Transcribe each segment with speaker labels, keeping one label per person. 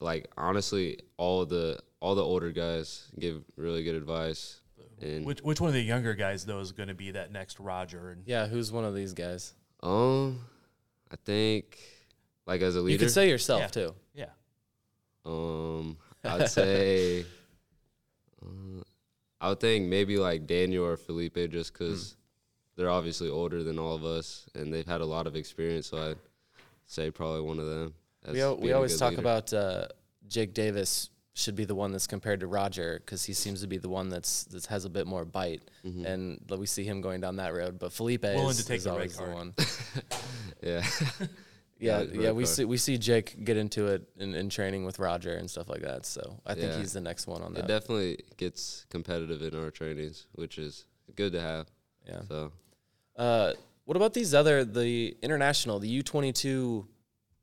Speaker 1: like honestly, all the all the older guys give really good advice. And
Speaker 2: which which one of the younger guys though is going to be that next Roger? And
Speaker 3: Yeah, who's one of these guys?
Speaker 1: Um, I think like as a leader,
Speaker 3: You could say yourself
Speaker 2: Yeah.
Speaker 3: too.
Speaker 2: yeah,
Speaker 1: um, I'd say, uh, I would think maybe like Daniel or Felipe, just because
Speaker 3: Hmm.
Speaker 1: they're obviously older than all of us and they've had a lot of experience. So I'd say probably one of them. as
Speaker 3: We al- we
Speaker 1: being a
Speaker 3: always
Speaker 1: good
Speaker 3: talk
Speaker 1: leader.
Speaker 3: about uh, Jake Davis should be the one that's compared to Roger because he seems to be the one that's that has a bit more bite,
Speaker 1: Mm-hmm.
Speaker 3: and like, we see him going down that road. But Felipe
Speaker 2: Willing
Speaker 3: is,
Speaker 2: to take
Speaker 3: is
Speaker 2: the red
Speaker 3: always the
Speaker 2: card.
Speaker 3: one. Yeah,
Speaker 1: yeah, Yeah,
Speaker 3: yeah,
Speaker 1: red
Speaker 3: we
Speaker 1: card.
Speaker 3: see we see Jake get into it in, in training with Roger and stuff like that. So I think
Speaker 1: Yeah.
Speaker 3: he's the next one on
Speaker 1: it
Speaker 3: that.
Speaker 1: definitely gets competitive in our trainings, which is good to have.
Speaker 3: Yeah.
Speaker 1: So
Speaker 3: uh, what about these other the international the U twenty two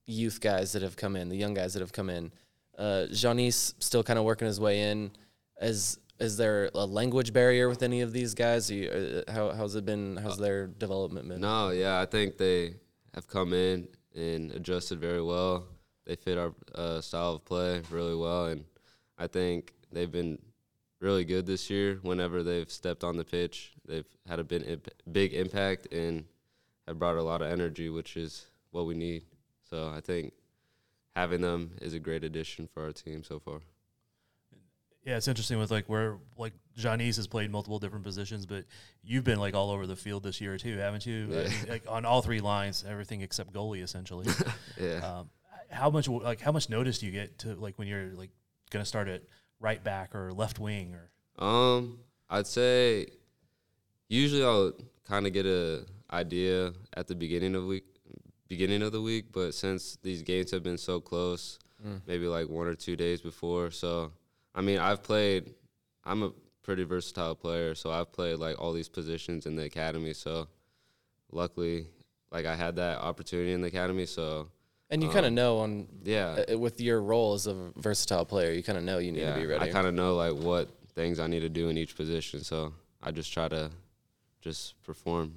Speaker 3: youth guys that have come in, the young guys that have come in? Uh, Janice still kind of working his way in. As is there a language barrier with any of these guys? Are you, uh, how how's it been? How's their development been?
Speaker 1: No, yeah, I think they have come in and adjusted very well. They fit our uh, style of play really well, and I think they've been really good this year. Whenever they've stepped on the pitch, they've had a big, imp- big impact and have brought a lot of energy, which is what we need. So I think having them is a great addition for our team so far.
Speaker 2: yeah. It's interesting with like where like Janice has played multiple different positions, but you've been like all over the field this year too, haven't you? I mean, like on all three lines, everything except goalie essentially.
Speaker 1: Yeah.
Speaker 2: Um, I- how much like how much notice do you get to like when you're like gonna start at right back or left wing or
Speaker 1: Um, I'd say usually I'll kind of get a idea at the beginning of week, beginning of the week. But since these games have been so close, maybe like one or two days before. So I mean, I've played. I'm a pretty versatile player, so I've played like all these positions in the academy. So luckily, like I had that opportunity in the academy. So
Speaker 3: And you kind
Speaker 1: um,
Speaker 3: of know on
Speaker 1: yeah,
Speaker 3: uh, with your role as a versatile player, you kind of know you need
Speaker 1: yeah,
Speaker 3: to be ready.
Speaker 1: I kind of know like what things I need to do in each position, so I just try to just perform.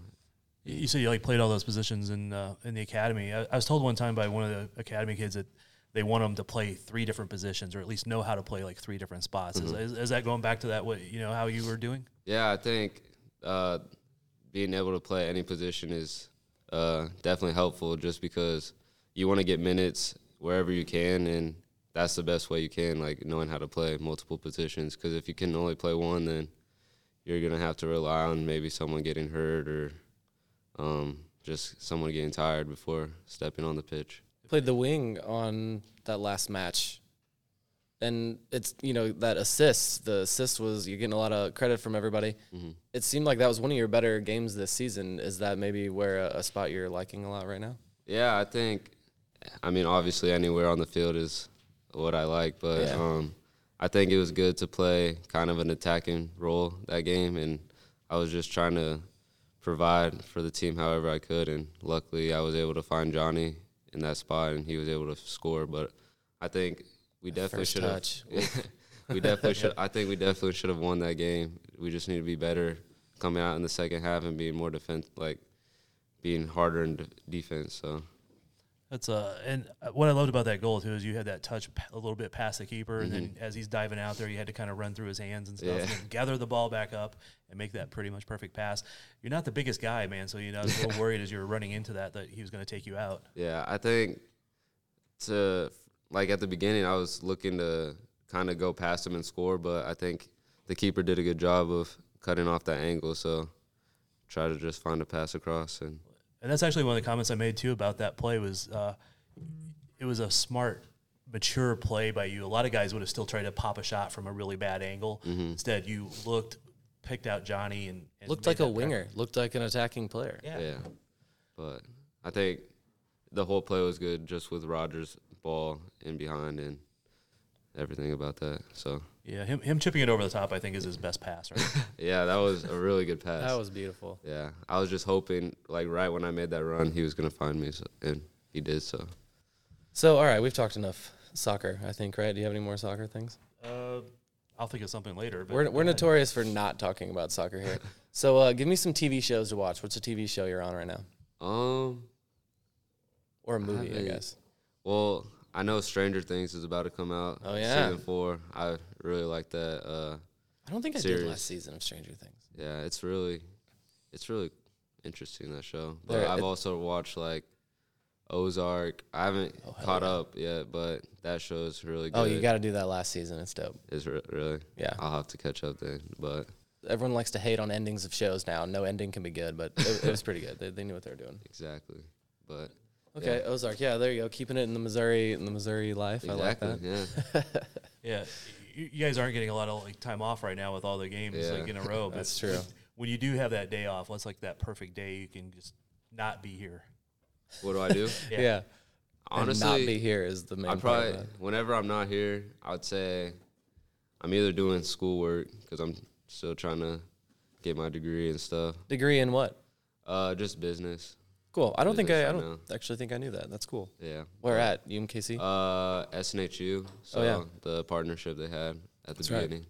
Speaker 2: You you said you like played all those positions in uh, in the academy. I, I was told one time by one of the academy kids that they want them to play three different positions or at least know how to play like three different spots. Is, is, is that going back to that what you know how you were doing?
Speaker 1: Yeah, I think uh, being able to play any position is uh, definitely helpful, just because you want to get minutes wherever you can, and that's the best way you can, like knowing how to play multiple positions. Because if you can only play one, then you're gonna have to rely on maybe someone getting hurt or um, just someone getting tired before stepping on the pitch.
Speaker 3: played the wing on that last match. And it's you know that assist. The assist was you're getting a lot of credit from everybody. It seemed like that was one of your better games this season. Is that maybe where a, a spot you're liking a lot right now?
Speaker 1: Yeah, I think. I mean, obviously, anywhere on the field is what I like, but
Speaker 3: Yeah.
Speaker 1: um, I think it was good to play kind of an attacking role that game, and I was just trying to provide for the team however I could, and luckily, I was able to find Johnny in that spot, and he was able to score. But I think we definitely
Speaker 3: First
Speaker 1: should have.
Speaker 3: touch.
Speaker 1: we definitely should. I think we definitely should have won that game. We just need to be better coming out in the second half and being more defense, like being harder in de- defense. So.
Speaker 2: That's uh, and uh, what I loved about that goal too is you had that touch p- a little bit past the keeper, and then as he's diving out there, you had to kind of run through his hands and stuff, and then gather the ball back up and make that pretty much perfect pass. You're not the biggest guy, man, so you know I was a little worried as you were running into that that he was going to take you out.
Speaker 1: Yeah, I think to like at the beginning, I was looking to kind of go past him and score, but I think the keeper did a good job of cutting off that angle. So try to just find a pass across, and
Speaker 2: And that's actually one of the comments I made too about that play was uh, it was a smart, mature play by you. A lot of guys would have still tried to pop a shot from a really bad angle.
Speaker 3: Mm-hmm.
Speaker 2: Instead, you looked, picked out Johnny, and, and
Speaker 3: Looked
Speaker 2: made
Speaker 3: like a
Speaker 2: that pass.
Speaker 3: winger. Looked like an attacking player.
Speaker 2: Yeah.
Speaker 1: yeah. But I think the whole play was good, just with Rogers' ball in behind and everything about that. So
Speaker 2: Yeah, him, him chipping it over the top, I think, is his best pass. Right?
Speaker 1: yeah, that was a really good pass.
Speaker 3: That was beautiful.
Speaker 1: yeah, I was just hoping like right when I made that run, he was gonna find me, so, and he did so.
Speaker 3: So all right, we've talked enough soccer. I think right. Do you have any more soccer things?
Speaker 2: uh, I'll think of something later. But
Speaker 3: We're we're
Speaker 2: yeah.
Speaker 3: notorious for not talking about soccer here. so uh, give me some TV shows to watch. What's a TV show you're on right now,
Speaker 1: Um.
Speaker 3: or a movie? I,
Speaker 1: haven't-
Speaker 3: guess.
Speaker 1: Well, I know Stranger Things is about to come out.
Speaker 3: Oh, yeah.
Speaker 1: season four. I really like that. Uh,
Speaker 3: I don't think I did
Speaker 1: Series.
Speaker 3: last season of Stranger Things.
Speaker 1: yeah, it's really, it's really interesting that show. But
Speaker 3: There-
Speaker 1: I've
Speaker 3: it-
Speaker 1: also watched like Ozark. I haven't caught up yet, but that show is really good.
Speaker 3: Oh, you got to do that last season. It's dope.
Speaker 1: It's re- really.
Speaker 3: Yeah.
Speaker 1: I'll have to catch up then. But
Speaker 3: Everyone likes to hate on endings of shows now. No ending can be good, but it, it was pretty good. They, they knew what they were doing.
Speaker 1: exactly. But
Speaker 3: Okay,
Speaker 1: Yeah.
Speaker 3: Ozark. Yeah, there you go. Keeping it in the Missouri, in the Missouri life.
Speaker 1: exactly.
Speaker 3: I like that.
Speaker 1: Yeah.
Speaker 2: Yeah, you, you guys aren't getting a lot of like time off right now with all the games
Speaker 1: Yeah.
Speaker 2: like in a row. But
Speaker 3: That's true.
Speaker 2: When you do have that day off, what's like that perfect day you can just not be here?
Speaker 1: what do I do?
Speaker 3: Yeah.
Speaker 1: Honestly,
Speaker 3: and not be here is the main.
Speaker 1: I
Speaker 3: part of
Speaker 1: probably whenever I'm not here, I'd say I'm either doing schoolwork because I'm still trying to get my degree and stuff.
Speaker 3: that. degree in what?
Speaker 1: Uh, just business.
Speaker 3: Cool. I don't think I.
Speaker 1: Business
Speaker 3: I
Speaker 1: right
Speaker 3: don't actually think I knew that. That's cool.
Speaker 1: Yeah.
Speaker 3: Where at UMKC?
Speaker 1: Uh, SNHU. So
Speaker 3: Oh, yeah.
Speaker 1: the partnership they had at the
Speaker 3: right.
Speaker 1: beginning.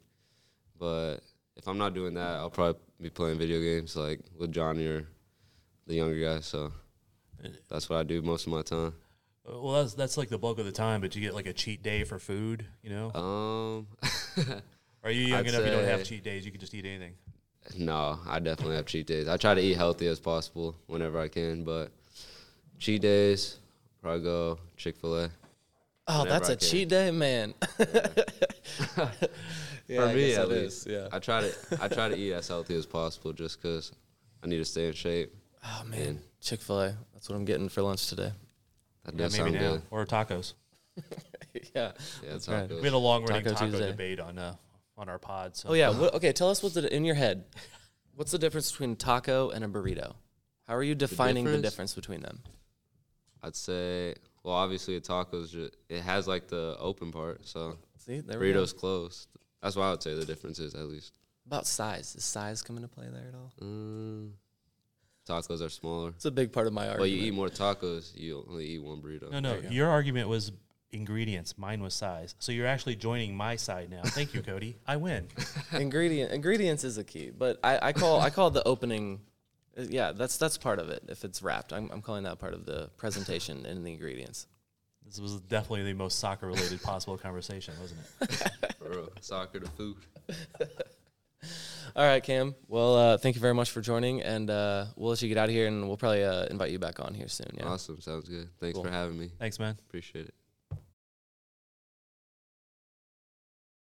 Speaker 1: But if I'm not doing that, I'll probably be playing video games like with Johnny or the younger guys. So that's what I do most of my time.
Speaker 2: Uh, Well, that's that's like the bulk of the time, but you get like a cheat day for food. You know,
Speaker 1: Um,
Speaker 2: are you young
Speaker 1: I'd
Speaker 2: enough? You don't have
Speaker 1: say-
Speaker 2: cheat days. You can just eat anything.
Speaker 1: No, I definitely have cheat days. I try to eat healthy as possible whenever I can, but cheat days, probably go Chick fil A.
Speaker 3: oh, that's
Speaker 1: I
Speaker 3: a
Speaker 1: can.
Speaker 3: cheat day, man. yeah,
Speaker 1: For
Speaker 3: I
Speaker 1: me,
Speaker 3: guess
Speaker 1: at
Speaker 3: it is,
Speaker 1: least.
Speaker 3: Yeah.
Speaker 1: I try to I try to eat as healthy as possible just because I need to stay in shape.
Speaker 3: Oh man, Chick Fil A. That's what I'm getting for lunch today.
Speaker 1: That
Speaker 2: Yeah,
Speaker 1: does sound
Speaker 2: now.
Speaker 1: good.
Speaker 2: Or tacos.
Speaker 3: yeah.
Speaker 1: Yeah,
Speaker 3: That's
Speaker 1: tacos.
Speaker 3: right.
Speaker 2: We had a long running
Speaker 3: Taco
Speaker 2: taco,
Speaker 3: Tuesday.
Speaker 2: debate on uh, on our pod. So
Speaker 3: Oh yeah. What, okay, tell us what's the, in your head. What's the difference between taco and a burrito? How are you defining the difference,
Speaker 1: difference?
Speaker 3: between them?
Speaker 1: I'd say, well, obviously a taco's just, it has like the open part, so
Speaker 3: See, there we go.
Speaker 1: burritos closed. That's what I would say the difference is at least.
Speaker 3: About size. Does size come into play there at all?
Speaker 1: Mm, tacos are smaller.
Speaker 3: It's a big part of my argument.
Speaker 1: But you eat more tacos, you only eat one burrito.
Speaker 2: No, no. Your argument was ingredients. Mine was size. So you're actually joining my side now. Thank you, Cody. I win.
Speaker 3: ingredient ingredients is a key, but I, I call I call the opening. uh, Yeah, that's that's part of it. If it's wrapped, I'm, I'm calling that part of the presentation and the ingredients.
Speaker 2: This was definitely the most soccer related possible conversation, wasn't it?
Speaker 1: For real. Soccer to food.
Speaker 3: All right, Cam. Well, uh, thank you very much for joining, and uh, we'll let you get out of here, and we'll probably uh, invite you back on here soon. Yeah.
Speaker 1: Awesome. Sounds good. Thanks for having me.
Speaker 2: Thanks, man.
Speaker 1: Appreciate it.